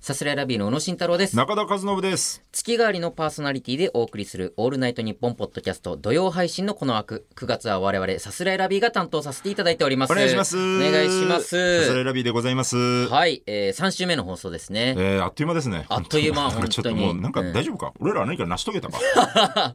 さすらいラビーの宇野慎太郎です。中田和信です。月替わりのパーソナリティでお送りするオールナイトニッポンポッドキャスト土曜配信のこの枠。9月は我々さすらいラビーが担当させていただいております。お願いします。お願いしますさすらいラビーでございます。はい、えー、3週目の放送ですね。えー、あっという間ですね。あっという間なんかちょっと本当にもう、なんか大丈夫か、俺ら何か成し遂げた か。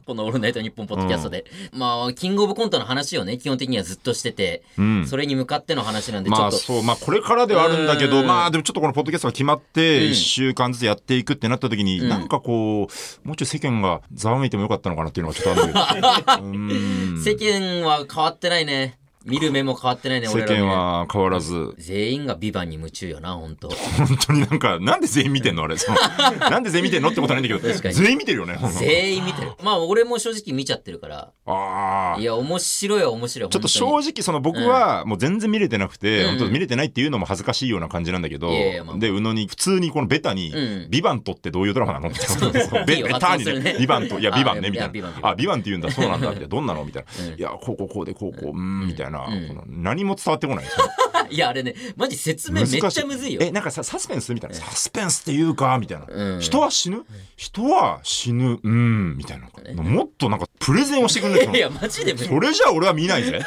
この「オールナイトニッポン」ポッドキャストで、まあキングオブコントの話をね基本的にはずっとしてて、んそれに向かっての話なんでちょまっあ、と、そう、まあ、これからではあるんだけうど、んまあ、でもちょっとこのポッドキャストが決まって、ん一週間ずつやっていくってなった時に、なんかこう、もうちょい世間がざわめいてもよかったのかなっていうのがちょっとあるんだけ ど。うん世間は変わってないね見る目も変わってないね世俺ら間のねは変わらず、全員が「ビバンに夢中よな本 当本当になんか、なんで全員見てんのあれ。その なんで全員見てんのってことはないんだけ確かど、に全員見てるよね。全員見てるまあ俺も正直見ちゃってるからああい。や面白いは面白いちょっと正本直その僕はもう全然見れてなくうて、ん本当見れてないっていうのも恥ずかしいような感じなんだけど、いやいやまあで宇野に普通にこのベタにうん「ビバントってどういうドラマなの?」みたいなそういい ベよベタ発音にするねね「ビバントいやあ「ビバンね」いみやたいなビバンビ「バンあビバンって言うんだそうなんだ」みたいな「どんなの?」みたいうんな「いやこうこうこうでこうこううーん」みたいな、うんこの何も伝わってこない当にいやあれねマジ説 明め難っしいちゃむずいよえなんかさサスペンスみたいな「サスペンスっていうか」みたいな、うん人は死ぬ人は死ぬうーん」みたいなもっとなんかプレゼンをしてくれるんいですやマジでむずいそれじゃ俺は見ないぜ。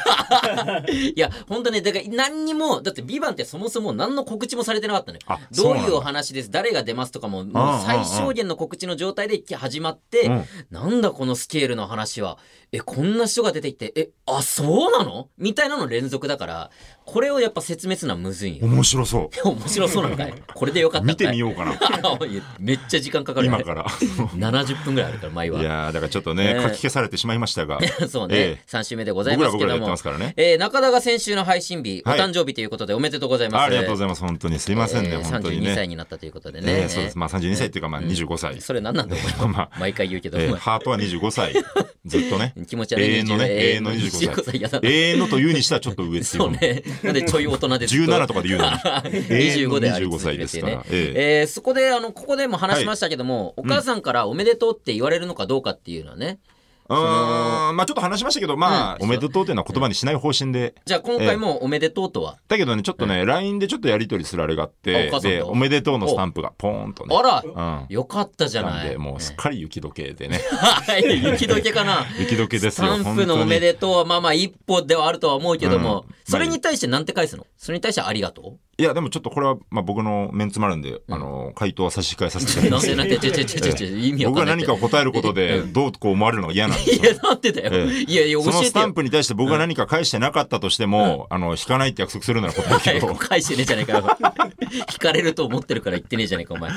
いや、本当ね、だから何にも、だって、ビバンってそもそも何の告知もされてなかったのよあ。 どそううなんいだうお話です、誰が出ますとかも、うんうんもううん最小限の告知の状態で始まって、うんなんだこのスケールの話は、え、こんな人が出てきて、え、あ、そうなのみたいなの連続だから、これをやっぱ説明するのはむずいんよ。面白そ面白そうなのかいこれでよかったんう。見てかいみようかな。う めっちゃ時間かかるよ今ね から。 70分ぐらいあるから、前いは。やーだからちょっとね、ね書き消されてしまいましたが、そうね、ええ3週目 でござい僕まらす僕けらどやってもます。からね。えー中田が先週の配信日、はいお誕生日ということでおめでとうございます。あありがとうございます、本当に。すいませんね、えー本当に32歳ね。になったということでね。えーそうです。まあ32歳っていうか、まあ25歳。それ何なんだよ、お前 まあ、毎回言うけど、 えーお前ハートは25歳。ずっとね。 気持ち悪い永遠のね、永遠の25 25歳。嫌だ歳。な。永遠のというにしたらちょっと上っていうそのうも。ね。なんでちょい大人です。 17と かで言うのに。永遠の25であり25続け歳てですからね。。ええーそこであのここでも話しましたけども、お母さんから「おめでとう」って言われるのかどうかっていうのはねーうーん、まあちょっと話しましたけど、まあ、うんおめでとうというのは言葉にしない方針で。じゃあ今回も「おめでとう」とは、だけどね、ちょっとね、LINE でちょっとやり取りするあれがあっあおて母、さんとで、おめでとうのスタンプがポーンとね。あら、うん。よかったじゃななんいで、もうすっかり雪解けでね。 はい雪解けか な雪解けでスすよ。タンプのおめでとうはまあまあ一歩ではあるとは思うけども、うんそれに対してなんて返すのそれに対してありがとういや、でもちょっとこれは、まあ僕のメンツもあるんで、あの、回答は差し控えさせ ていただなんきでなまんす。でちょちょちょちょちょ意味わ僕かがんない何かを答えることで、どうこう思われるのが嫌なんですいよ。やなんでだよ、えいやいや教そのえスてタンよプに対して僕が何か返してなかったとしても、あの、引かないって約束するな ら答えるけ早どく、返してねえじゃねえかよ聞かれると思ってるから言ってねえじゃねえかお前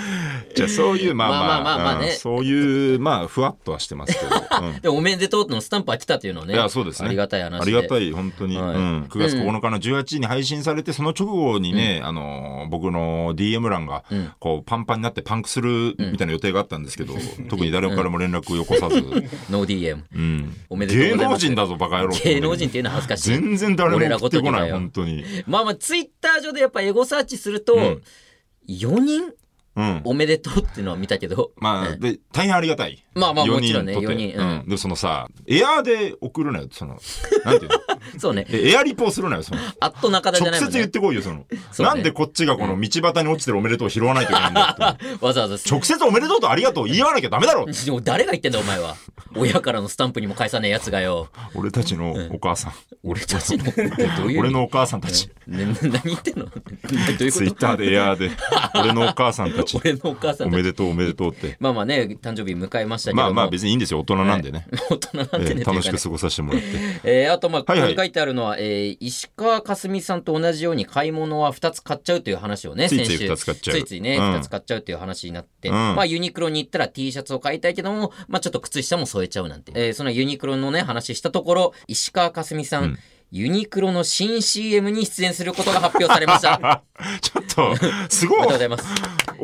じゃあそういう、まあまあまあまあままああうねん、そういう、まあ、ふわっとはしてますけど。うんでもおめでとうのスタンプは来たというのはねいやそうですねありがたい話でありがたい本当に、はいうん、9月9日の18時に配信されてその直後にね、あのー僕の DM 欄がんこうパンパンになってパンクするみたいな予定があったんで すけど、特に誰からも連絡をよこさず、ノー DM うん、おめでとうご芸ざい能ます人だぞバカ野郎芸能人っていうのは恥ずかしい全然誰も送ってこな俺らごときだいよ本 当に、まあまあツイッター上でやっぱエゴサーチすると、うん4人うん、おめでとうっていうのは見たけどまあで大変ありがたいまあまあ四もちろんねとて四人ううんん、でそのさエアーで送るなよそのな んていうのそうねえエアリポをするなよそのあっと中田じゃ直ないもん接言っねてこいよそのそうねなんでこっちがこの道端に落ちてるおめでとうを拾わないといけないんだよっ てわざわざ直接おめでとうとありがとう言い合わなきゃダメだろでも誰が言ってんだお前は親からのスタンプにも返さねえやつがよ俺たちのお母さん、俺たちのどういう俺のお母さんたち、ねな何言ってんの どういうツイッこターでエアーで俺のお母さんたちと俺のお母さおんためちでとうおめでとうってまあまあね誕生日迎えましたけどまもあまあ別にいいんですよ大人なんでね、大人なんてえねえ楽しく過ごさせても らってえーあとまあここはいはいに書いてあるのは、えー石川佳純さんと同じように買い物は2つ買っちゃうという話をねついつ先い週二つ買っちゃうついついね、うん2つ買っちゃうという話になって、うんまあユニクロに行ったら T シャツを買いたいけども、まあ、ちょっと靴下も添えちゃうなんて、えーそのユニクロのね話したところ石川佳純さん、ユニクロの新 CM に出演することが発表されました。 ああちょっとすごいりがとうご俺ざいます。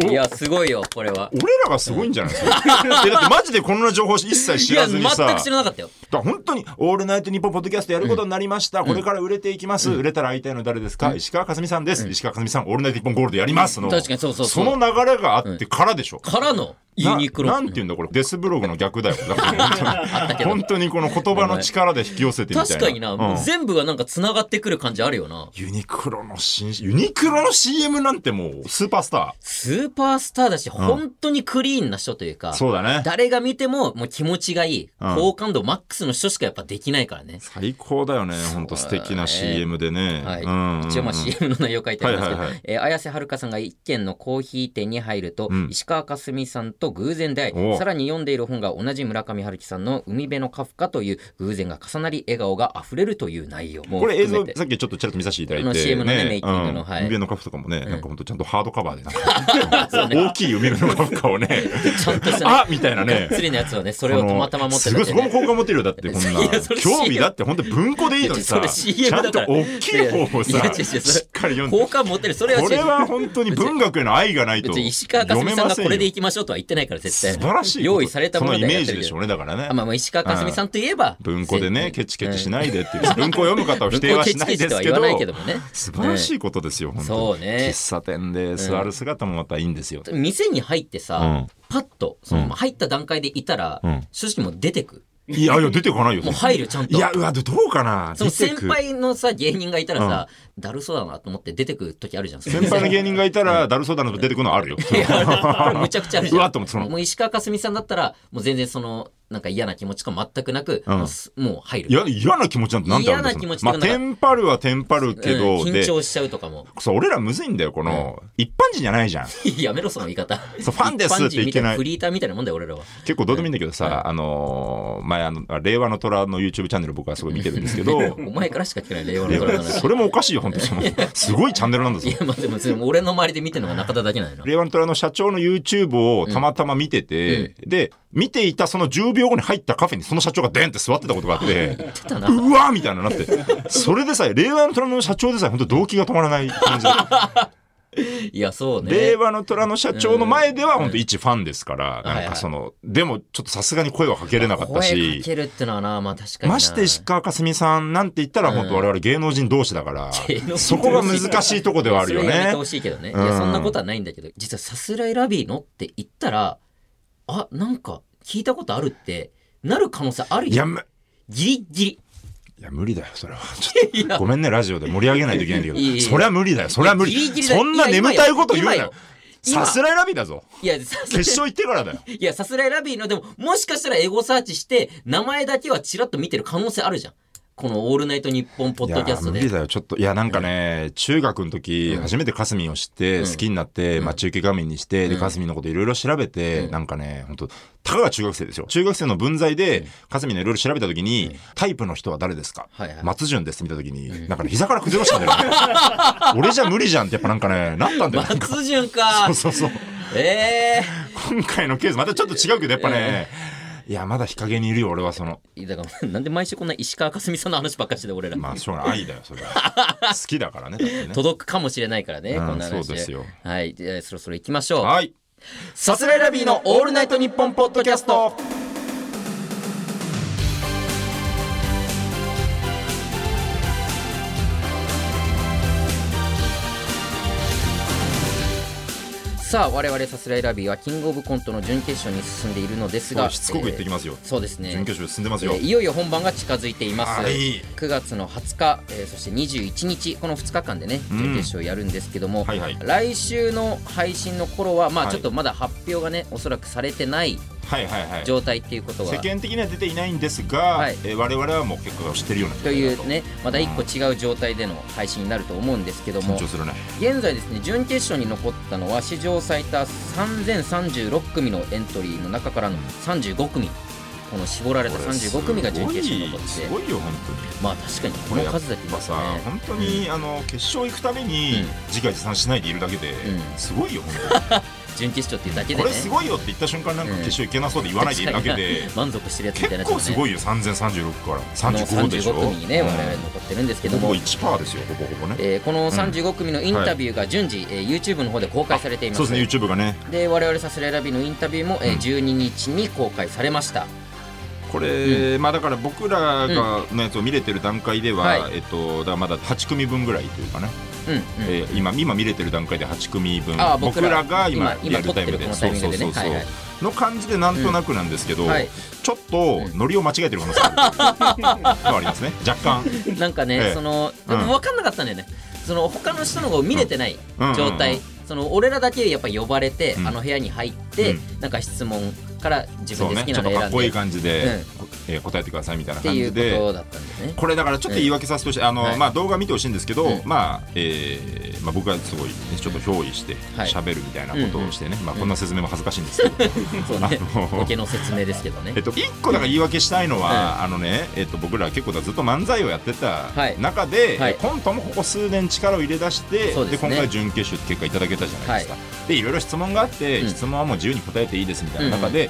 いや、すごいよ、これは。らがすごいんじゃないで すかいやだってマジでこんな情報一切い知や、ら全ずくにさ知らなかったよ。だから本当に「オールナイトニッポン」ポッドキャストやることになりました、これから売れていきます、売れたら会いたいの誰ですか、石川佳純さんです、石川佳純さん「オールナイトニッポンゴールド」やりますの確かにそうそうそそうの流れがあってからでしょ、からの、ユニクロななんていうんだこれデスブログの 逆だよだから本当に本当にこの言葉の力で引き寄せてみたいな確かにな、うん全部がなんか繋がってくる感じあるよな。ユニクロの新ユニクロの CM なんてもうスーパースタスーパースターだし、本当にクリーンな人というか、ーそうだね誰が見てももう気持ちがいい、うん好感度マックスの人しかやっぱできないからね。最高だよね本当素敵な CM でね、はいうんうんうん一応まあ CM の内容書いてありますけど、はいはいはいえー綾瀬はるかさんが一軒のコーヒー店に入ると、うん石川佳純さんと偶然出会おいうさらに読んでいる本が同じ村上春樹さんの「海辺のカフカ」という偶然が重なり笑顔があふれるという内容もこれ映含像めてさっきちょっとちらっと見させていただいあのて CM のねメイキングのうんはい海辺のカフとかもね、なんか本当ちゃんとハードカバーでなんか そうね大きい海辺のカフカをね ちゃんとしたね あみたいなね釣りのやつはねそれをたまたま持ってすたごっいてそねこも好感持てるよだっ てこんないやそれ CM 興味だって本当文庫でいいのにさいやそれ CM ちゃんだかとら大きい方をいやさ違う違うそれしっかり読んで好感持てるそれはこれは本当に文学への愛がないと別読に石川佳純めさんまがせこんれでよいきましょうとは言ってないから絶対素晴らしいこと用意されたものそでのイやってメージるでけしょどうねだからねあまあまあ石川佳純さんといえば文庫でねケチケチしいないでっていう文庫を読む方を否定はしない文庫をケチケチですけとは言わどないけどもね素晴らしいことですよ本当そうにね喫茶店で座る姿もまたいいんですよ店に入ってさ、うんパッとその入った段階でいたら、うん正直もう出てくいやいや出てこないよもう入るちゃんといやうわどうかなその出て先く輩のさ芸人がいたらさ、だるそうだなと思って出てくる時あるじゃん先輩の芸人人がいたらだるそうだなと出てくるのあるよ むちゃくちゃあるじうゃわんっと思ってそのもう石川佳純さんだったらもう全然そのなんか嫌な気持ちとか全くなく、うんもうすもう入るいや嫌な気持ちなんてなんてあるんだよ嫌な気持ちまとかあなんかテンパるはテンパるけうど、ん緊で張しちゃうとかも そう俺らむずいんだよこの、一般人じゃないじゃんやめろその言い方そうファンですって言ってな一般人みたいフリーターみたいなもんだよ俺らは結構どうでもいいんだけどさ、はいあのー前あのあ令和の虎の YouTube チャンネル僕はすごい見てるんですけどお前からしか聞けない 令和の令ドラマ和それもおかしいよ 本当そのすごいチャンネルなんだぞいやまあでもそれも俺の周りで見てるのが中田だけなのよな令和の虎の社長の YouTube をたまたま見てて、で見ていたその10秒後に入ったカフェにその社長がデンって座ってたことがあってたなうわーみたいななってそれでさえ令和の虎の社長でさえ本当動機が止まらない感じでいやそうね令和の虎の社長の前では本当一ファンですから、うんなんかその、でもちょっとさすがに声はかけれなかった声かし、けるってのはなまあ確かになまして石川佳純さんなんて言ったら本当我々芸能人同士だから芸能人同、士そこが難しいとこではあるよそれやめねてほ。しいけどね、うんいやそんなことはないんだけど実はさすらいラビーのって言ったらあなんか聞いたことあるってなる可能性あるいや、よむギリギいや無理だよ、 それは。ちリいょやっとごめんね、ラジオで盛り上げないといけないんだけいやいど、やそりゃ無理だよ、そりゃ無ギリギ理。リだそんな今眠よたいこと言うなよ。今よさすらいラビだぞ。いやさす決勝行ってからだよ。いやさすらいラビーのでももしかしたらエゴサーチして名前だけはちらっと見てる可能性あるじゃんこの「オールナイトニッポン」 ポいッやドキャスト無で理だよちょっといやなんかね、中学の時、初めてかすみんを知って好きになって、待ち受け画面にして、でかすみんのこといろいろ調べて、なんかね本当たかが中学生ですよ中学生の文在で、かすみんのいろいろ調べた時に、タイプの人は誰ですか、はいはい松潤ですって見た時に、なんかね膝から崩れ落ちたんだよ、 ね、俺じゃ無理じゃんってやっぱなんかねなったんだよなんか松潤かそうそうそうえ今回のケースまたちょっと違うけどやっぱね、いやまだ日陰にいるよ俺はそのえだから なんで毎週こんな石川佳純さんの話ばっかりしてた俺ら、まあしょうがない愛だよ それは好きだからねだってね届くかもしれないからね、うんこんな話そうですよはいじゃあそろそろ行きましょうはいさすらいラビーのオールナイトニッポンポッドキャストさあ我々さすらいラビーはキングオブコントの準決勝に進んでいるのですそうがしつこく言ってきますよ、えーそうですね準決勝進んでますよ、えーいよいよ本番が近づいています、はい9月の20日、えーそして21日この2日間でねうん準決勝やるんですけども、はいはい来週の配信の頃はまあはいちょっとまだ発表がねおそらくされてないはいはいはい状態っていうことは、世間的には出ていないんですが、はいえー我々はもう結果を知ってるようなというねねまだ1個違う状態での配信になると思うんですけど緊も張するね現在ですね準決勝に残ったのは史上最多3036組のエントリーの中からの35組この絞られたこれす35組が準決勝に残ごいっすてごいよ本当にまあ確かにこの数だけいますねやっぱさ本当に、あの決勝行くためうに、ん自画自賛しないでいるだけで、んすごいよ本準決勝っていうだけ当でねにこれすごいよって言った瞬間なんかうん決勝行けなそうで言わないでいるだけで、 満足してるやつみたい結な構すいごいよ3036から35 35でしょ組にねうん我々残ってるんですけどほぼも、 1%ですよほぼほぼね、えーこの35組のインタビューが順次、えー YouTube の方で公開されていますそうですね YouTube がねで我々さすらいラビのインタビューも、えーうん12日に公開されました、これ、まあだから僕らがのやつを見れてる段階では、はえっとだからまだ8組分ぐらいというかねうんうんえー今今見れてる段階で8組分あー僕僕ららが今今今リアルタイム撮でってそるこのタイうミンそうグでそねうそう、はいはいの感じでなんとなくなんですけど、うんはいちょっとノリを間違えてる可能性が あるはありますね若干なんかね、ええそのでうんも分かんなかったんだよね、その他の人の方が見れてないうん状態、うんその俺らだけやっぱ呼ばれて、うんあの部屋に入って、うなんか質問から自そ分でうね好きちょなっの選とかっんこいでい感じで、えー答えてくださいみたいなって感いうじでことだったんだよね。これだからちょっと言い訳させてほしい、あのはいまあ、動画見てほしいんですけど、うんまあえーまあ、僕はすごいね、ちょっと憑依してはい喋るみたいなことをしてね、まあ、こんな説明も恥ずかしいんですけど、そうねあの、ーボケの説明ですけどね えっ。と、一個だから言い訳したいのは、あのね、えっと、僕ら結構ずっと漫才をやってたはい中で、はいコントもここ数年力を入れ出してそうで、ですね今回準決勝って結果いただけたじゃないですか、でいろいろ質問があって、うん質問はもう自由に答えていいですみたいな中で、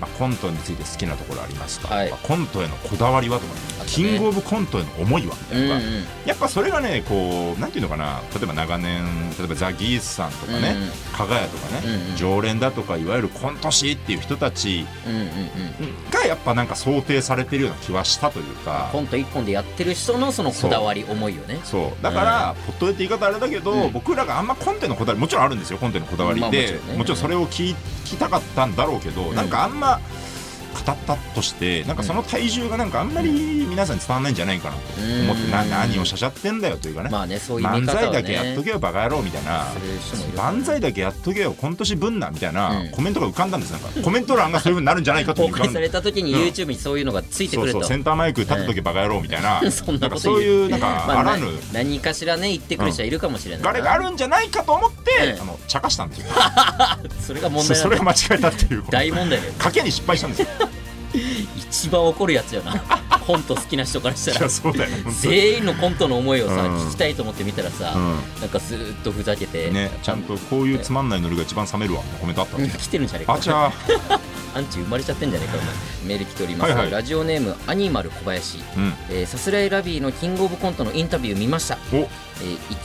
まあ、コントについて好きなところありますか、はいまあコントへのこだわりはとか、あったねキングオブコントへの思いはみうたんいなうのんが、やっぱそれがねこうなんていうのかな例えば長年例えばザ・ギースさんとかね、加賀屋とかね、うんうん常連だとかいわゆるコント師っていう人たちうんうんうんがやっぱなんか想定されてるような気はしたというかコント一本でやってる人のそのこだわり思いよね。そうだから、ポットでって言い方あれだけど、うん僕らがあんまコンテのこだわりもちろんあるんですよコンテのこだわりまあで、もちろんねもちろんそれを聞聞きたかったんだろうけど、うんなんかあんま語ったとしてなんかその体重がなんかあんまり皆さんに伝わらないんじゃないかなと思って、なうん何をしゃしゃってんだよというかね、まあねそういう見漫方才をだけやっねと。けよバカ野郎みたいなする人もいる漫才だけやっとけよ今年ぶんなみたいな、うんコメントが浮かんだんですなんかコメント欄がそういうふうになるんじゃないかという公か開さ れた時に YouTube にそういうのがついてそくうるそうと。センターマイク立った時バカ野郎みたいな そんななんかこと言うそういうなんか まああらなぬ何かしらね言ってくる人はいるかもしれないな。あれがあるんじゃないかと思って、うんあの茶化したんですよそれが 問そ題なそんだれを間違えたっていうこと大問題だよ。賭けに失敗したんです よ一番怒るやつや な。コント好きな人からしたいらや。そうだよね本当に全員のコントの思いをさ、うん聞きたいと思って見たらさ、なんかずーっとふざけうて、んねちゃんとこういうつまんないノリが一番冷めるわコメントあったんうんですよ来てるんじゃねえかあちゃーアンチ生まれちゃってんじゃねえかお前メール来ております、はいはいラジオネームアニマル小林うんえーさすらいラビーのキングオブコントのインタビュー見ました、おえー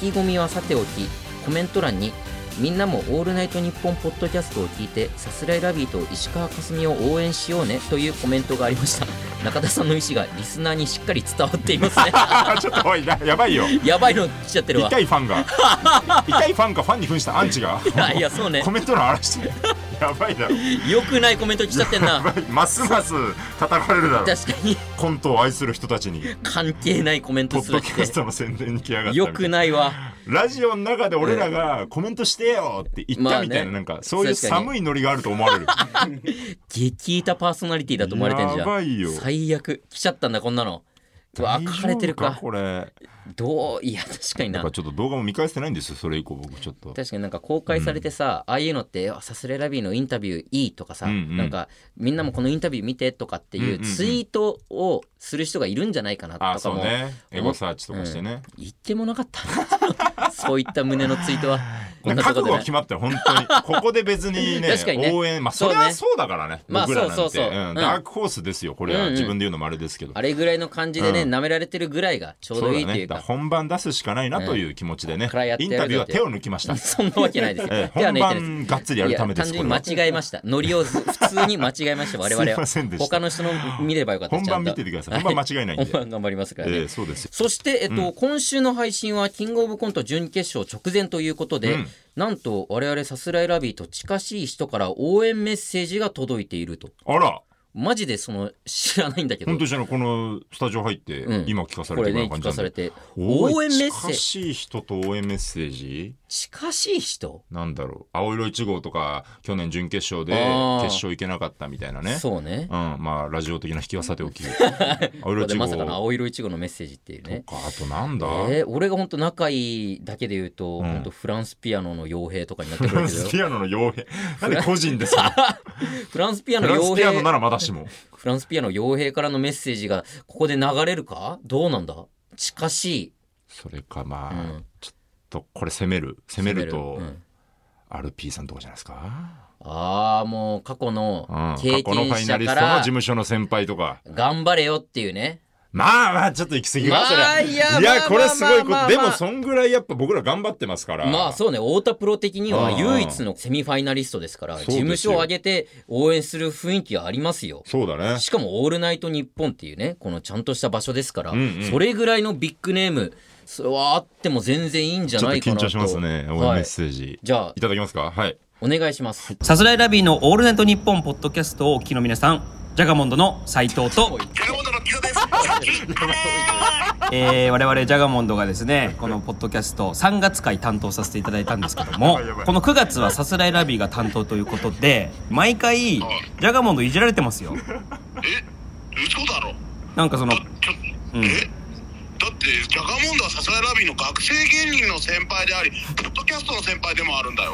意気込みはさておきコメント欄にみんなも「オールナイトニッポン」ポッドキャストを聞いてさすらいラビーと石川佳純を応援しようねというコメントがありました 中田さんの意思がリスナーにしっかり伝わっています ねあちょっとおいなやばいよやばいの来ちゃってるわ痛いファ ンが痛いファンかファンに扮したアンチがいやいやそうねコメント欄荒らしてやばいだろよくないコメント来ちゃってんな ますます叩かれるだろ確かにコントを愛する人たちに関係ないコメンポトすッるっドキャスてトの宣伝に来やがったみよたいくないわラジオの中で俺らがコメントしてよって言ったみたいまな、あねなんかそういう確かに寒いノリがあると思われる激イタパーソナリティだと思われてんじゃんやばいよ最悪来ちゃったんだこんなのうわ書かれてる大丈夫かこれどういや確かにやなっぱちょっと動画も見返してないんですよそれ以降僕ちょっと確かになんか公開されてさ、ああいうのってあさすらいラビーのインタビューいいとかさ、うんうんなんかみんなもこのインタビュー見てとかってんういんうんうツイートをする人がいるんじゃないかなあとかそうも、ねエゴサーチとかしてね、言ってもなかったな そういった胸のツイート はこんなと覚こで悟はね決まったよ本当に ここで別にね確かにね応援まあそそうねれはそうだからねまあ僕らなんて、そうそうそううんんダークホースですよこれうんうはん自分で言うのもあれですけど、あれぐらいの感じでね、舐められてるぐらいがちょうそどうだいいっていねうだかから本番出すしかないなという気持ちでね、これはやってイやンるぞタビューは手を抜きましたそんなわけないですよ。 ええ 手は本抜いてるんです番がっつりやいるやためで単す純にこれ間は違えました。ノリをず普通に間違えました、我々 すいまはせんで。した他の人の見ればよかった。本番見ててくだ さいちゃんと本番間違いないんでは本番頑張りますからね。ええそうですよそして、えっと、今週の配信は、キングオブコント準決勝直前ということで、うんなんと、我々さすらいラビーと近しい人から応援メッセージが届いていると。あらマジで、その、知らないんだけど本、当じゃないこのスタジオ入って、うん今聞かさこれてれるよね、う聞な感じかなんさでれて、おい応援メッセー近ジ、しい人と応援メッセージ近しい人なんだろう青色1号とか去年準決勝であー決勝行けなかったみたいなねそうね。うん、まあラジオ的な引きはさておき青こ色こで1まさかの号 青色いちごのメッセージっていうね。とかあとなんだ、えー俺が本当仲いいだけで言うと、んほんとフランスピアノの傭兵とかになってくフラるンけ どスピアノの 傭兵なんで個人ですかフランスピアフノラン傭スピアノな兵らまだしもフランスピアノ傭兵からのメッセージがここで流れるかどうなんだ近しいそれかまあ、うんちょっとこれ攻める攻めると攻めるうん RP さんとかじゃないですかああもう過去うんの経過去のフ験ァイナ者リかストの事ら務所の先輩とか。頑張れよっていうねまあまあ、ちょっと行き過ぎかまあそれはいやまあこれすごいこまあまあまあと。でも、そんぐらいやっぱ僕ら頑張ってますから。まあそうね太田プロ的にはうん唯一のセミファイナリストですからそ事うですよ務所を挙げて応援する雰囲気はありますよそうだね。しかも「オールナイトニッポン」っていうねこのちゃんとした場所ですから、んうんそれぐらいのビッグネームそれはあっても全然いいんじゃちょっなといか緊なと張しますね。応援はメッい、セージ。じゃあいただきますかはい。お願いしますさすらいラビーのオールナイトニッポンポッドキャストをお聞きの皆さん、ジャガモンドの斉藤と、えー、我々ジャガモンドがですね、このポッドキャスト3月回担当させていただいたんですけども、この9月はさすらいラビーが担当ということで、毎回、ジャガモンドいじられてますよ。え嘘だろなんかその、ちょ、うんえだってジャガモンドはさすがラビーの学生芸人の先輩でありポッドキャストの先輩でもあるん だよ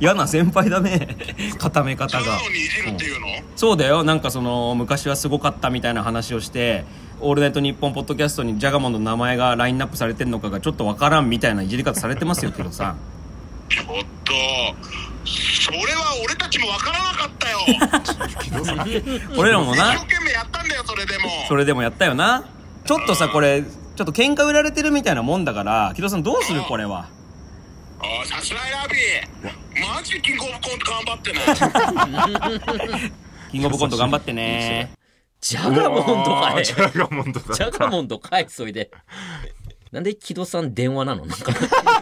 嫌な先輩だね、固めそ方んながの。にいじるっていうの、そうだよなんかその昔はすごかったみたいな話をして「オールナイトニッポン」ポッドキャストにジャガモンの名前がラインナップされてんのかがちょっとわからんみたいないじり方されてますよけどさちょっとそれは俺たちもわからなか ったよ俺らも一生な懸命やったんだよそれでもそれでもやったよなちょっとさこれちょっと喧嘩売られてるみたいなもんだから木戸さんどうするこれはああさすがラビーマジキングオブコント頑張ってねキングオブコント頑張ってねジャガモンドかうわー いジジャガモンドだ。ャガモンドかいそれでなんで木戸さん電話なのなんか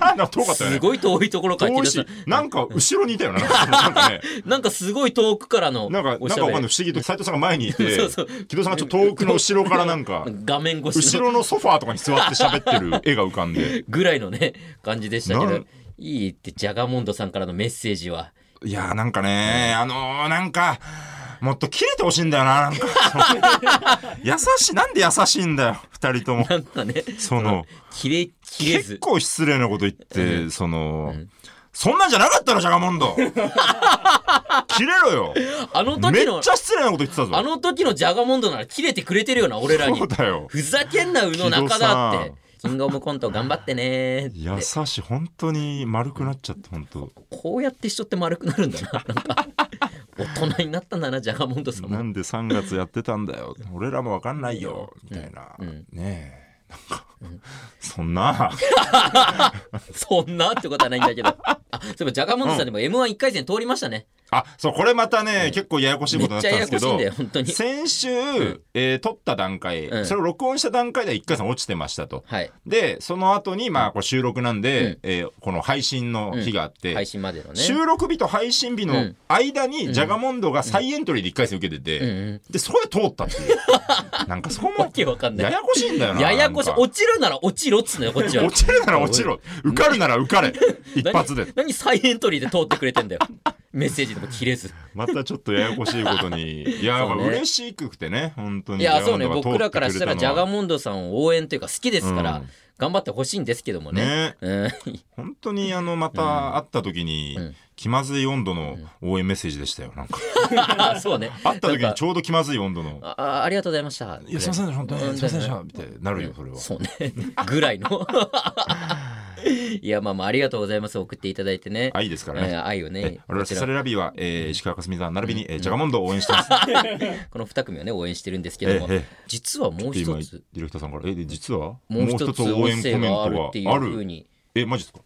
なんか遠かったすよね。ごい遠いところから木遠い戸さしん、なんか後ろに いたよな。なんかね、なんかすごい遠くからのなんか、なんおかしゃわかべんりない。不思議と、斎藤さんが前にいて そうそう、木戸さんがちょっと遠くの後ろからな んか、画面越し後のろのソファーとかに座って喋ってる絵が浮か んで。ぐらいのね感じでしたけなどんいいってジャガモンドさんからのメッセージはいやーなんかね、あのー、なんか、もっと切れてほしいんだよな、なんか。 優しい、なんで優しいんだよ、二人とも。なんかねその、切れ切れず結構失礼なこと言って、その、そんなんじゃなかったろ、ジャガモン ド切れろよあの時めっのちゃ失礼なこと言ってたぞあの時のジャガモンドなら切れてくれてるよな俺らにそうだよ。ふざけんな宇野中だっ木戸てキングオブコント頑張ってねーっ優てしい、本当に丸くなっちゃって、本当。こうやって人って丸くなるんだななんか大人になったんだなジャガモンドさんなもんで3月やってたんだよ。俺らもわかんないよ。みたいな。うんねえ。なんか、そんな。そんなってことはないん だけどあそういえばジャガモンドさんでも m 1 1回戦通りましたねあ、そう、これまたね、結構ややこしいことになったんですけめどっちゃややこしいんだよ本当、に先週、えー撮った段階、うんそれを録音した段階では1回戦落ちてましたと。はいで、その後に、まあ、これ収録なんで、うんえーこの配信の日があって、配信までのね収録日と配信日うのん間に、ジャガモンドが再エントリーで1回戦受けてて、うんうんで、そこで通ったって いう。なんかそこわも、けわかんないややこしいんだよな。ややこしいなんか落ちるなら落ちろっつうのよこっちは落ちるなら落ちろ。受かるなら受かれ。一発で 何。何再エントリーで通ってくれてんだよメッセージでも切れずまたちょっとややこしいことに。いや、 そうねまあ嬉しくてね、本当に。いやそうねジャガモンド僕がらからしたら通ジってャくれのガはモンドさんを応援というか好きですから、うん頑張ってほしいんですけどもねねうん、 本当にあの、また会った時に、ん気まずい温度の応援メッセージでしたよ。なんか、あそうね 会った時なにんちかょうど気まずい温度の。あありがとうございましたいや、すいませんでした、本当に。うすいませんでした。みたいになるよ、それは。そうね ぐらいのいやまあまあありがとうございます送っていただいてね愛ですからえね。ー愛をね俺らこサちサらレラビーは、えー石川佳純さん並びに、えージャガモンドを応援してます。この2組をね応援してるんですけども、ええええ実はもう一今つディレクターさんから「えで実はもう一つ音声があるっていうあふうるにえマジですか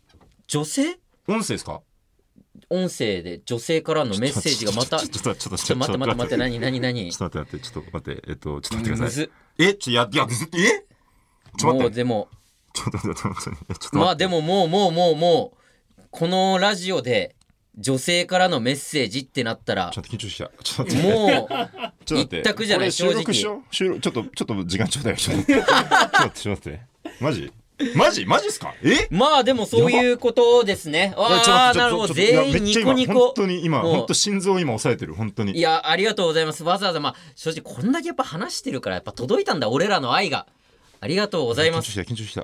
女性音声ですか音声で女性からのメッセージがまたちょちっとちょょっとっと待って待って待ってち何何何ょっと待ってちょっと待ってえっとちょっむと待ってくださいずえちょやいやずっとえちょっとも待うってでもちょっと待ってちょっと待ってちょっとま待あでももうもうもうもうこのラジオで女性からのメッセージってなったらってちょっと緊張してきたちょっと待ってもちょっと待って一択じゃないこれ収録しよう収録ちょっとちょっと時間ちょうだいよちょっとちょっと待ってちょっと待ってマジマジマジっすかえうまあでもそういうことですねああなるほどいや全め員っニちゃコ今ニ本コ当に今もう本当心臓今押さえてる本当にいやありがとうございますわざわざまあ正直こんだけやっぱ話してるからやっぱ届いたんだ俺らの愛がありがとうございます緊張してきた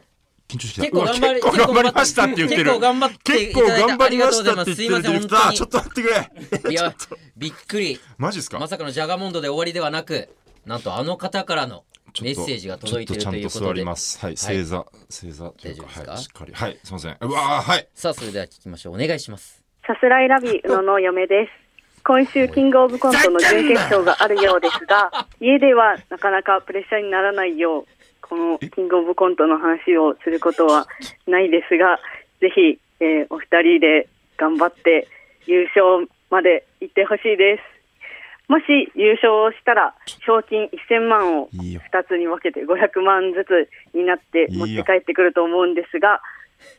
緊張してきた緊張してきた結構頑張りうわ結構頑張りましたって言ってる結構頑張ってい結た構だいた頑張りましたって言ってありがるデとうごィざいますすいませんレクターちょっと待ってくれいやびっくりマジですかまさかのジャガモンドで終わりではなくなんとあの方からのメッセージが届いているちょっとというんこちゃととで座りますはい正座正座とい大う丈夫ですかはいしっかりはいすいませんうわーはいさあそれでは聞きましょうお願いしますさすらいラビーのの嫁です。今週キングオブコントの準決勝があるようですが、家ではなかなかプレッシャーにならないよう、このキングオブコントの話をすることはないですが、ぜひ、えーお二人で頑張って優勝まで行ってほしいです。もし優勝したら、賞金1000万をいいよ2つに分けて500万ずつになって持って帰ってくると思うんですが、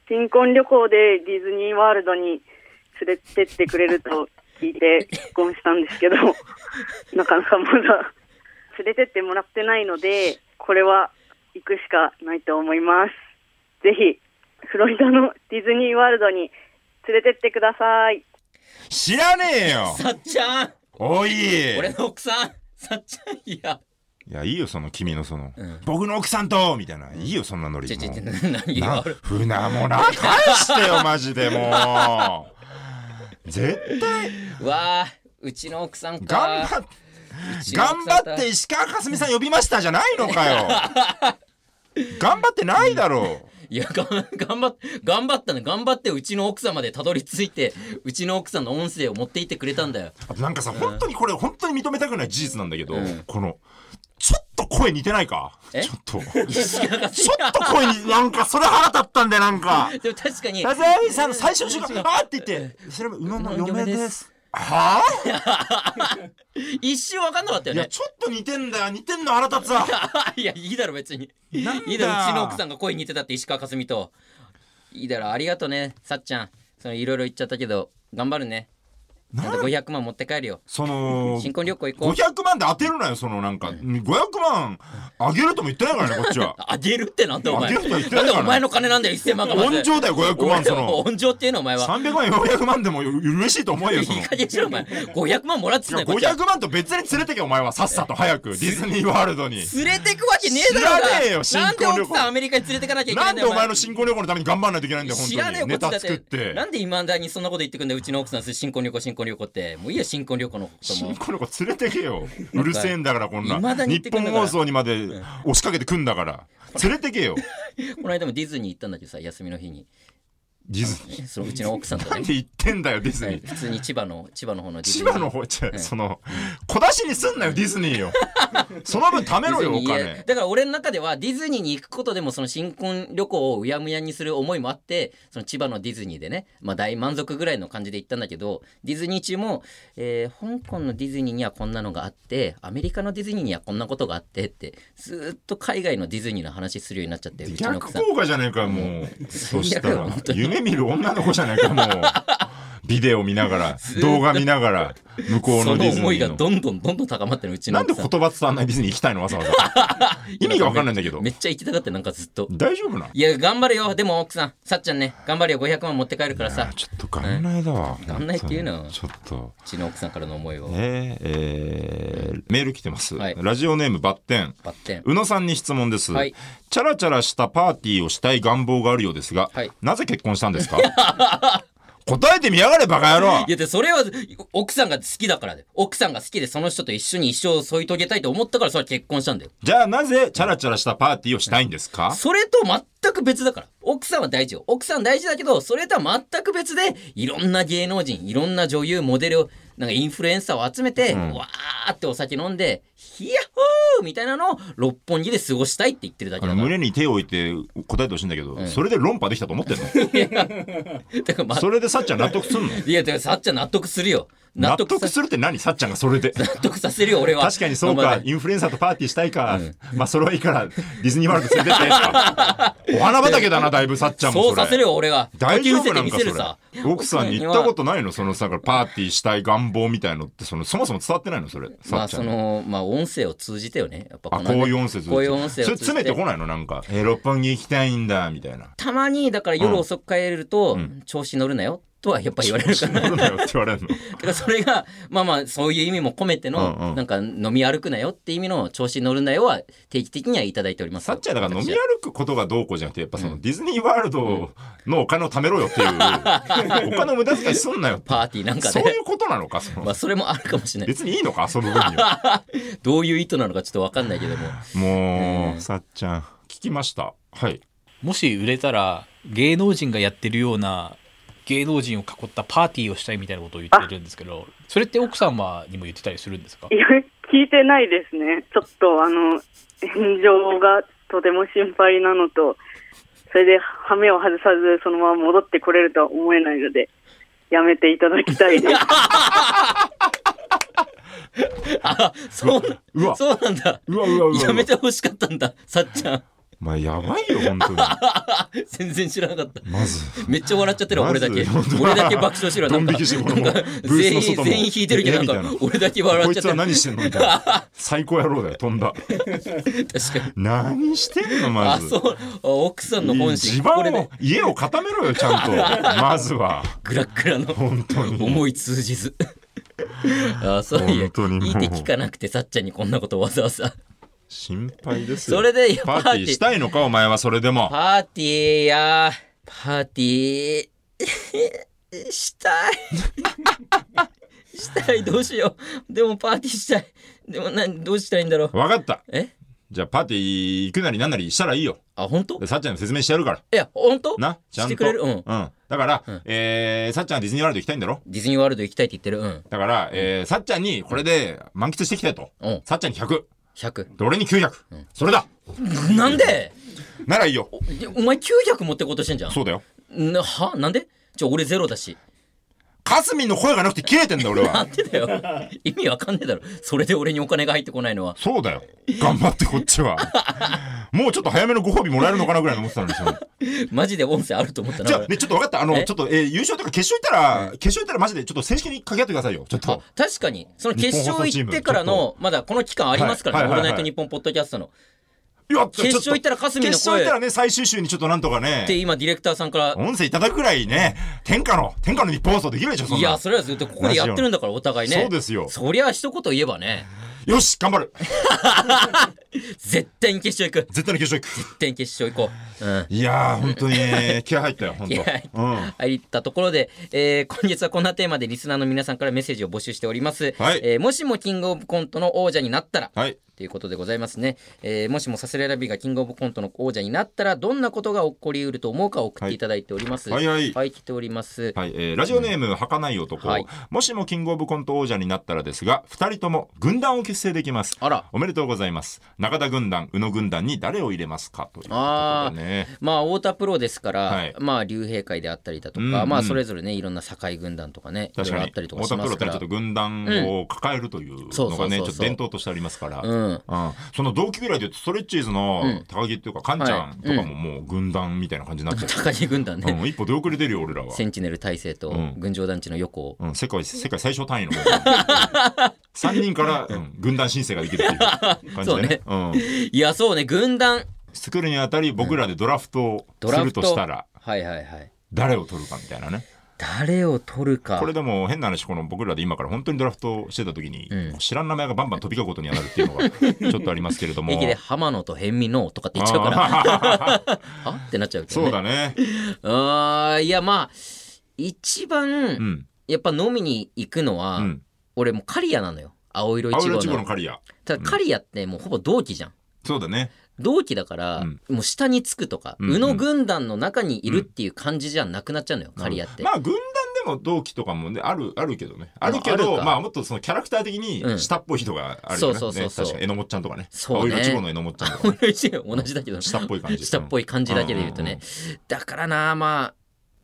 新婚旅行でディズニーワールドに連れてってくれると聞い て結婚したんですけど、なかなかまだ連れてってもらってないので、これは行くしかないと思います。ぜひ、フロリダのディズニーワールドに連れてってください。知らねえよさっちゃんおい俺の奥さんさっちゃんいや。いやいいよその君のその、ん僕の奥さんとみたいないいよそんなノリちょちょもちょ、うな何なが船もな返し てよマジでもう絶対わあ、うちの奥さんか。頑張っうちの頑奥さん張だって石川佳純さん呼びましたじゃないの かよ頑張ってないだろいや、がん頑張っ、頑張ったの、頑張って、うちの奥さんまでたどり着いて、うちの奥さんの音声を持っていってくれたんだよ。うなんかさ本当にこれ本当に認めたくない事実なんだけど、うんこのちょっと声似てないかちえょっとちょっと声になんかそれ腹立ったんだよなんかでも確かに、ラズベリーさんの最初の瞬間あーって言ってそれも馬の嫁嫁でですすはあ一瞬分かんなかったよいやね。ちょっと似てんだよ似てんの腹立つわ いや、いいだろ、別に。いいだなろ、んだうちの奥さんが声に似てたって、石川佳純と。いいだろ、ありがとね、さっちゃん。そのいろいろ言っちゃったけど、頑張るね。なあと500万持って帰るよ。その新婚旅行行こう。 500万で当てるなよそのなんか500万あげるとも言ってないからねこっ ちはあげるってなんだお前。あげるとは言ってなないんからでお前の金なんだよ、1000万がまず。温情だよ500万その温情っていうのお前は。 300万400万でも嬉しいと思えいよいその加減しろ、お前。500万もらってたよ、こっちは500万と別に連れてけお前はさっさと早くディズニーワールドに連れてくわけねえだろうが知らねえよ新婚旅行なんで奥さんアメリカに連れてかなきゃいけなないんんでだおよ前の新婚旅行のために頑張らないといけないんだよ本知らねえ当よにこっちだネタって作ってなんで今だにそんなこと言ってくんだようちの奥さん新婚旅行新婚旅行ってもういいよ新婚旅行のこと新も婚旅行連れて けようるせえんだからこんな未だに言っ日てくん本だから放送にまで押しかけてくんだ から連れてけよこの間もディズニー行ったんだけどさ休みの日にディズニーそのうちの奥さんと なん ねで行ってんだよディズはいニー普通に千葉の千葉の方のディズ千ニー葉の方ちゃその小出しにすんなよディズニーをその分貯めろよディおズニーいや金だから俺の中ではディズニーに行くことでもその新婚旅行をうやむやにする思いもあってその千葉のディズニーでね、まあ、大満足ぐらいの感じで行ったんだけどディズニー中も、えー香港のディズニーにはこんなのがあってアメリカのディズニーにはこんなことがあってってずーっと海外のディズニーの話するようになっちゃってうちの逆奥さん効果じゃねえかもうそした最悪だらよ本当に夢見る女の子じゃねえ かもうビデオ見ながら動画見ながら向こうそののディズニ思いがーのどんどんどんどん高まってるうちのなんで奥さん言葉伝わんないディズニー行きたいのわざ わざ意味がわかんないんだけどめっちゃ行きたかったなんかずっと大丈夫ないいや頑張れよでも奥さんさっちゃんね頑張れよ500万持って帰るからさやちょっと考えだわ考えっていうのはちょっとうちの奥さんからの思いをねえーメール来てます、はいラジオネームバッテンバッテン宇野さんに質問です、はいチャラチャラしたパーティーをしたい願望があるようですが、はいなぜ結婚した んですか答えてみやがれバカ野郎いやでそれは奥さんが好きだからで奥さんが好きでその人と一緒に一生添い遂げたいと思ったからそれは結婚したんだよじゃあなぜチャラチャラしたパーティーをしたいんですか、それと全く別だから奥さんは大事よ奥さん大事だけどそれとは全く別でいろんな芸能人いろんな女優モデルをなんかインフルエンサーを集めて、わーってお酒飲んでヒヤッホーみたいなのを六本木で過ごしたいって言ってるだけあだのから胸に手を置いて答えてほしいんだけど、んそれで論破できたと思ってんのだ からまあそれでさっちゃん納得すんのいやだからさっちゃん納得するよ納納得得さするって何さっちゃんがそれ で納得させるよ俺は確かにそうまあかまあインフルエンサーとパーティーしたいか、まあそれはいいからディズニーワールド連れてっ てお花畑だなだいぶさっちゃんもそそれうさせるよ俺は大丈夫なん見かせるさそれ奥さんに言ったことないのそのさパーティーしたい願望みたいのってそのそもそも伝わってないのそれまさあっちゃそんにのまあ音声を通じてよねやっぱあのこういう音声こういう音声をそれ通じ詰めてこないのなんか「えー六本木行きたいんだ」みたいなたまにだから夜遅く帰れると、調子乗るなよとはやっぱ言われるか「そん らなことだよ」って言 われるのだからそれがまあまあそういう意味も込めての、うんうんなんか飲み歩くなよって意味の調子乗るなよは定期的にはいただいておりますさっちゃんだから飲み私は歩くことがどうこうじゃなくてやっぱそのディズニーワールドのお金を貯めろよっ ていうお金の無駄遣いすんなよってパーティーなんかそで、ういうことなのかそまあのそれもあるかもしれな い 別にいいのかその分にはどういう意図なのかちょっとわかんないけどももうさっちゃん聞きました はいもし売れたら芸能人がやってるような芸能人を囲ったパーティーをしたいみたいなことを言ってるんですけどそれって奥様にも言ってたりするんですかいや、 聞いてないですね。ちょっと、あの、炎上がとても心配なのと、それで、羽目を外さず、そのまま戻ってこれるとは思えないので、やめていただきたいです。あそうなうわそうなんだうわうわうわうわやめてほしかったんださっち ゃんまあやばいよ本当に全然知らなかったまずめっちゃ笑っちゃってるわま俺ずだけ本当だ俺だけ爆笑してるわなんドかン引きしてこのなんかブース全の員外の全員引いてるけどえみたないんなか俺だけ 笑こっいちゃっつてはる何してんのみたいな最高野郎だよ飛ん だ確かに何してんのあまずそうあ奥さんの本心地盤こを、れね家を固めろよちゃんと まずはグラッグラの本当に思い通じ ずあそうい本当にもうういいって聞かなくてさっちゃんにこんなことわざわざ心配ですよそれでいやパーティーしたいのかお前はそれでもパーティーやパーティーした いしたいどうしようでもパーティーしたいでも何どうしたらいいんだろうわかったえじゃあパーティー行くなりなんなりしたらいいよあ本当でさっちゃんに説明してやるからいや本当なちしゃんてくとれるうんだから、んえーさっちゃんはディズニーワールド行きたいんだろディズニーワールド行きたいって言ってるうんだから、えーさっちゃんにこれで満喫してきたいと、うんさっちゃんに100 100で俺に900、それだなんでならいいよいやお前900持ってこうとしてんじゃんそうだよなはなんでじゃあ俺ゼロだしかすみんの声がなくて切れてんだ俺なはんでだ よ意味わかんねえだろそれで俺にお金が入ってこないのはそうだよ頑張ってこっちはもうちょっと早めのご褒美もらえるのかなぐらいの思ってたんですよマジで音声あると思ったなじゃあ俺ねちょっと分かったあのえちょっと、えー優勝とか決勝行ったら決勝行ったらマジでちょっと正式に掛け合ってくださいよちょっあと確かにその決勝行ってから日本放のまだこの期間ありますからね「はいオーはいルはいナはいイトニッポン」ポッドキャストのいやちょ決勝行ったらかすみんの声決勝行ったらね最終週にちょっとなんとかねって今ディレクターさんから 音声いただくぐらいね天下の天下の日本放送できるでしょそんいなやそれはずっとここでやってるんだからお互いねそうですよそりゃ一言言えばねよし頑張る絶対に決勝行く絶対に決勝行く絶対に決勝行こううんいやー本当にね 気合入ったよ本当気合入ったうん入ったところで、えー今月はこんなテーマでリスナーの皆さんからメッセージを募集しております、はいえーもしもキングオブコントの王者になったら、はいということでございますね、えーもしもサスレラビがキングオブコントの王者になったらどんなことが起こりうると思うか送っていただいておりますはいはいはい来ております、はい、えーラジオネーム、はかない男、はいもしもキングオブコント王者になったらですが、二人とも軍団を結成できます。あらおめでとうございます。中田軍団、宇野軍団に誰を入れますかということでね。まあ太田プロですから、はいまあ竜兵会であったりだとか、うんうんまあそれぞれねいろんな境軍団とかねいろい確かろあに、ったりと太かし田プまロすっかてちょらっと軍団を抱えるというそうそのうそがうそね、うちょっと伝統としてありますから。うんうんその同期ぐらいで言うとストレッチーズのうん高木っていうか、カンちゃんとかももう軍団みたいな感じになっちゃって高木軍団る、ね、うん、一歩出遅れてるよ、俺らは。センチネル大勢とうん軍上団地の横を、うん、世界、世界最小単位の。 三人から、うん、軍団申請ができるっていう感じでね。うん。いやそうね軍団作るにあたり僕らでドラフトをドすラフるトとしたらはいはいはい誰を取るかみたいなね誰を取るかこれでも変な話この僕らで今から本当にドラフトしてた時にうん知らん名前がバンバン飛び交うことにはなるっていうのがちょっとありますけれ ども駅で浜野と辺見のとかって言っちゃうからあーあってなっちゃうけどねそうだねあーいやまあ一番、うんやっぱ飲みに行くのは、うん俺もう刈谷なのよ青色青色一チ号ゴのの刈谷ただ刈谷ってもうほぼ同期じゃんそうだね同期だから、うんもう下につくとか、うんうん宇野軍団の中にいるっていう感じじゃなくなっちゃうのよ刈谷って、まあ軍団でも同期とかもねあるあるけどねあるけあるどかまあもっとそのキャラクター的うんに下っぽい人があるそようねそうそうねそう確かにえのもっちゃんとかねそう青ね色チゴのえのもっちゃんとか青 ね色一 号同じだけど下っぽい感じ下っぽい感じだけで言うとね、だからなまあ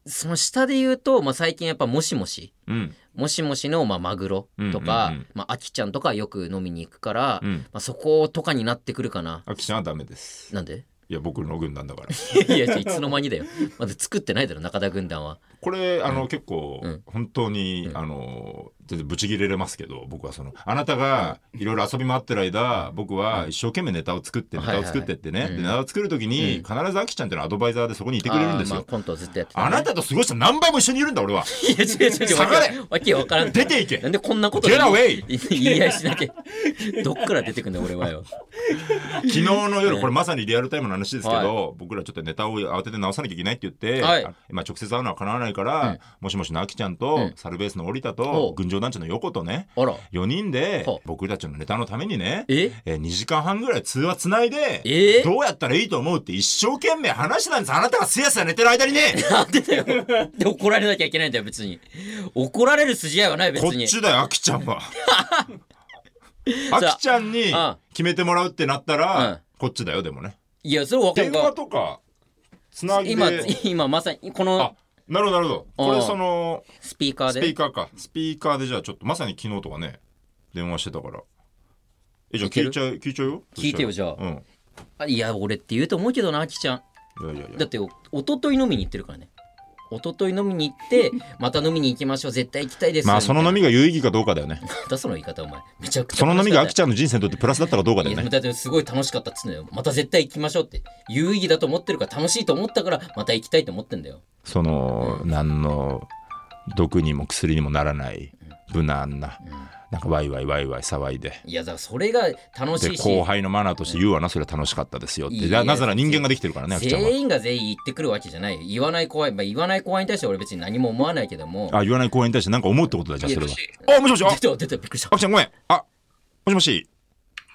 その下で言うと、まあ、最近やっぱもしもしうんもしもしの、まあ、マグロとか、うんうんうんまあ、アキちゃんとかよく飲みに行くから、うんまあ、そことかになってくるかな。アキションはダメですなんで いや僕の軍団だからいや、いつの間にだよ。まだ作ってないだろ、中田軍団は。これあの、結構、うん本当に、あの全然ブチ切れれますけど僕はそのあなたがいろいろ遊び回ってる間僕は一生懸命ネタを作ってはいネはいタを作ってってね、うんでネタを作る時に、必ずアキちゃんっていうのはアドバイザーでそこにいてくれるんですあーまあよ、コントをずっとやってあ、なたと過ごした何倍も一緒にいるん だ俺はいや、違う違う違う。下がれわけわけわからん。出ていけなんでこんなことに Get away 言い合いしなきゃ。どっから出てくんだよ、俺はよ。昨日の夜これまさにリアルタイムの話ですけど、は僕らちょっとネタを慌てて直さなきゃいけないって言って、はいあ今直接会うのはかなわないから、うんもしもしのアキちゃんうとん、サルベースの織田おとう群青団地の横とねあら。 4人でほう僕たちのネタのためにねええー、2時間半ぐらい通話つないで、えーどうやったらいいと思うって一生懸命話してたんです。あなたがすやすや寝てる間にね。なんでだよ。で、怒られなきゃいけないんだよ、別に。怒られる筋合いは ない、別こに。っちだよ、あきちゃ んは。あきちゃんにうん決めてもらうってなったうんら、こっちだよ、でもね。いや、それわか電るか話。とか、つなぎ今で。、今まさに、こあの、なるほど、なるほど。こうれんその、スピーカースで。ピーカーか。スピーカーでじゃあちょっと、まさに昨日とかね、電話してたから。え、じゃあいけ聞るいちゃう、聞いちゃうよ。聞いてよじゃあうん。あいや俺って言うと思うけどなあきちゃんいやいやいやだってお一昨日飲みに行ってるからね一昨日飲みに行ってまた飲みに行きましょう絶対行きたいですまあその飲みが有意義かどうかだよね。だその言い方お前めちゃくちゃその飲みがあきちゃゃんの人生にとってプラスだったかどうかだいよやね。だってすごい楽しかったっつうのよまた絶対行きましょうって有意義だと思ってるから楽しいと思ったからまた行きたいと思ってんだよその、何の毒にも薬にもならない、無難な、なんかワイワイワイワイ騒いで。いやだからそれが楽でしいし後輩のマナーとして言うわなそれは楽しかったですよっいてやななぜなら人間ができてるからねあきちゃんは全員が全員言ってくるわけじゃない言わない後輩、まあ、言わない後輩に対して俺別に何も思わないけどもあ言わない公演に対して何か思うってことだじゃあそれはいあもしも出しあて出てびっくりしたあきちゃんごめんあもしもし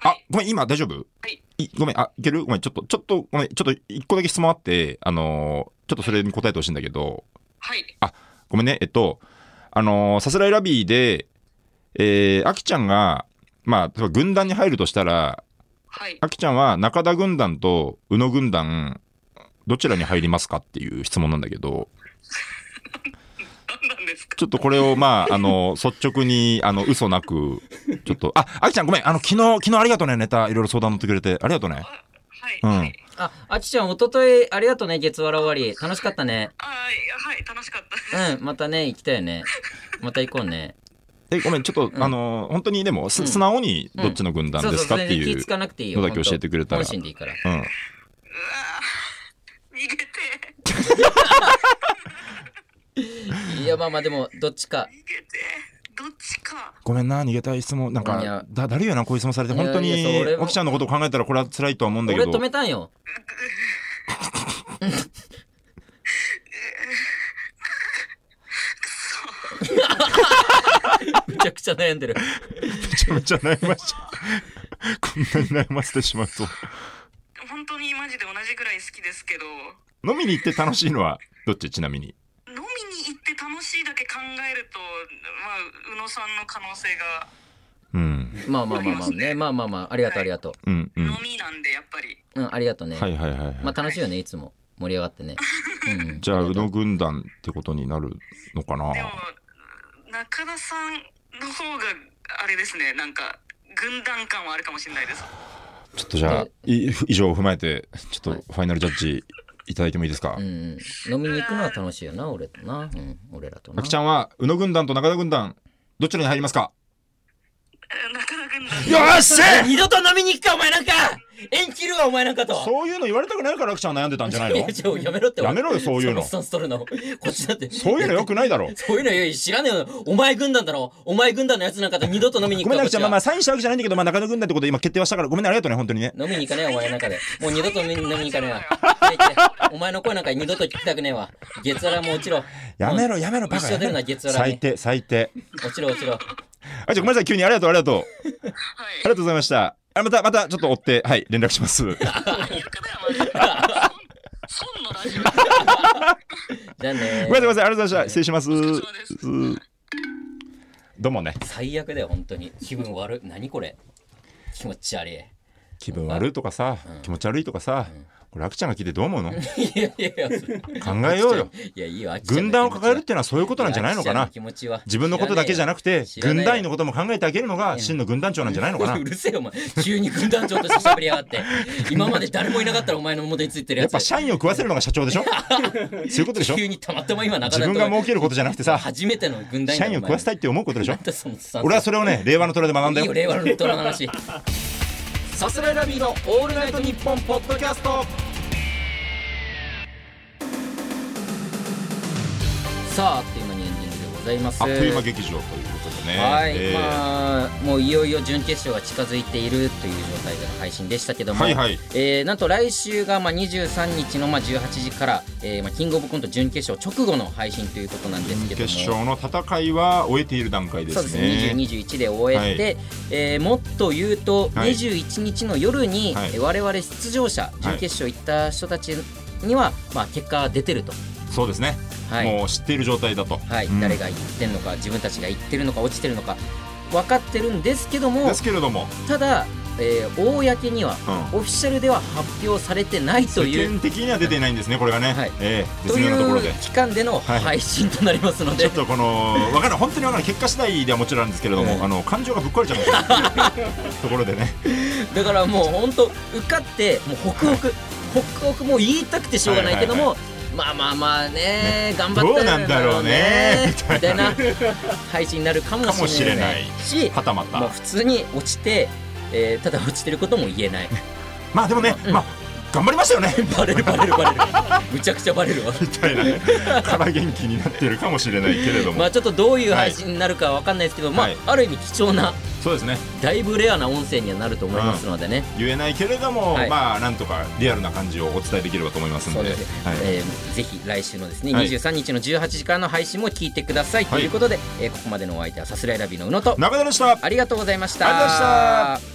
はあいごめん今大丈夫はいいごめんあいけるごめんちょっとちょっとごめんちょっと一個だけ質問あってあのーちょっとそれに答えてほしいんだけど はい。ごめんね、えっと、あのーさすらいラビーで、えー、あきちゃんが、まあ、例えば軍団に入るとしたら、はい。あきちゃんは中田軍団と宇野軍団、どちらに入りますかっていう質問なんだけど、何なんですかちょっとこれを、まあ、あの、率直に、あの、嘘なく、ちょっと、あ、あきちゃんごめん、あの、昨日、昨日ありがとうね、ネタ、いろいろ相談乗ってくれて、ありがとうね。はい。うんはい。ああきちゃんおとといありがとうね月笑終わり楽しかったねあーはい。楽しかったです。うんまたね行きたいよねまた行こうねえ、ごめん、ちょっと、あの、本当に、でも、す素直に、どっちの軍団ですかってそそ全い然気うつかなくていいよのだけ教えてくれたら。本心でいいからうん。逃げて。いやまあまあでもどっちか逃げて。どっちか。ごめんな逃げたい質問なんいやかだだるいよなこういう質問されていや本当いやそうに俺もあきちゃんのことを考えたらこれは辛いとは思うんだけ俺ど止めたん よめちゃくちゃ悩んでるめちゃめちゃ悩ましちゃうこんなに悩ませてしまうと 本当にマジで同じぐらい好きですけど。飲みに行って楽しいのはどっちちなみに飲みに行って楽しいだけ考えると、まあ、宇野さんの可能性が、うんまあまあまあまあねまあまあまあありがとうありがとうんうん飲みなんで、やっぱり。ううんありがとうねはいはいはい、はいまあ楽しいよねいつも盛り上がってねうんうんじゃあ宇野軍団ってことになるのかなでも、中田さんの方が、あれですね、なんか、軍団感はあるかもしれないです。ちょっとじゃあい以上を踏まえてちょっとファイナルジャッジいただいてもいいですか、うんうん飲みに行くのは楽しいよな俺となうん俺らとあなきちゃんは宇野軍団と中田軍団どちらに入りますかえ中田軍団。よっしゃ二度と飲みに行くかお前なんか縁切るわお前なんかとそういうの言われたくないからあきちゃんは悩んでたんじゃないのやちょやめろってやめろよそういうのスタンス取るのこっちだってそういうのよくないだろそういうのよ知らねえよお前軍団だろお前軍団のやつなんかと二度と飲みにご行くめかこんなあっきちちゃん、まあ、まあ、サインしたあきじゃないんだけど、まあ、中野軍団ってことで今決定はしたから、ごめんね、ありがとうね、本当にね。飲みに行かねえよお前なんかでもう二度と飲みに行かねえわお前の声なんか二度と聞きたくねえわ月原もう落ちろやめろ、やめろ、うんバカ一緒だよなやめろ月曜ラーメン最低、最低。落ちろ落ちろあきちゃん、ごめんなさい、急にありがとう、ありがとう。あはりいが。とうございました。あまた、また、ちょっと追って、はい、連絡します。最悪だよ、マジで。孫孫のラジオ。じゃあねごめんなさい、ありがとうございました。失礼します疲れ様です。どうもね、最悪だよ本当に気分悪い何これ気持ち悪い気分悪いとかさ、気持ち悪いとかさ、これ、あきちゃんが聞いてどう思うの考いやいやいやえよう よ。いやいいよ軍団を抱えるってこいうのはそういうことなんじゃないのかな気持ちは自分のことだけじゃなくて、知らねえよ軍団員のことも考えてあげるのが、真の軍団長なんじゃないのかな うるせえよお前急に軍団長としてしゃべりやがって今まで誰もいなかったらお前の元についてるややっつぱ社員を食わせるのが社長でしょそういうことでしょ急にたまたま今中自田分が儲けることじゃなくてさ、初めての軍団社員を食わせたいいって思うことでしょだそのスタンス俺はそれをね、令和の虎で学んだいいよ。よ令和の大人の話さすらいラビーのオールナイトニッポンポッドキャストさああっという間にエンディングでございますあっという間劇場ということでね。はい、えーまあもういよいよ準決勝が近づいているという状態での配信でしたけども、はいはいえーなんと来週がまあ23日のまあ18時から、えーまあキングオブコント準決勝直後の配信ということなんですけども決勝の戦いは終えている段階でそうですすね。ね20、21で終えて、えーもっと言うと、はい21日の夜に、はいえー我々出場者準決勝行った人たちには、まあ、結果が出てると、そうですね、はいもう知っている状態だと。はいうん誰が言ってるのか自分たちが言ってるのか落ちてるのか分かってるんですけどもですけれども、ただえー公にはうオフィシャルでは発表されてないと世いう、間的には出てないんですねこれがね、はいええと絶妙なところいでう期間でのはい配信となりますので、ちょっとこの分からん本当に分からん結果次第ではもちろんなんですけれども、ええあの感情がぶっ壊れちゃうんですよところでねだからもう本当受かってもうホクホク、ホクホクもう言いたくてしょうがないけども、はまあまあまあね頑張ってどうなんだろうねみたい な配信になるかもかもししれれなないいしはたまたもう普通に落ちて、えーただ落ちてることも言えないまあでもね、うんまあ頑張りましたよねバレるバレるバ レるむちゃくちゃバレるわみたいなね から元気になってるかもしれないけれども、まあちょっとどういう配信になるかわかんないですけど、まあ、はいある意味貴重なそうですねだいぶレアな音声にはなると思いますのでね、言えないけれども、はいまあなんとかリアルな感じをお伝えできればと思いますそのうでですね、はいえーぜひ来週のですね、はい23日の18時からの配信も聞いてください、はいということで、えーここまでのお相手はさすらいラビの宇野と中田でしたありがとうございましありがとうございまた。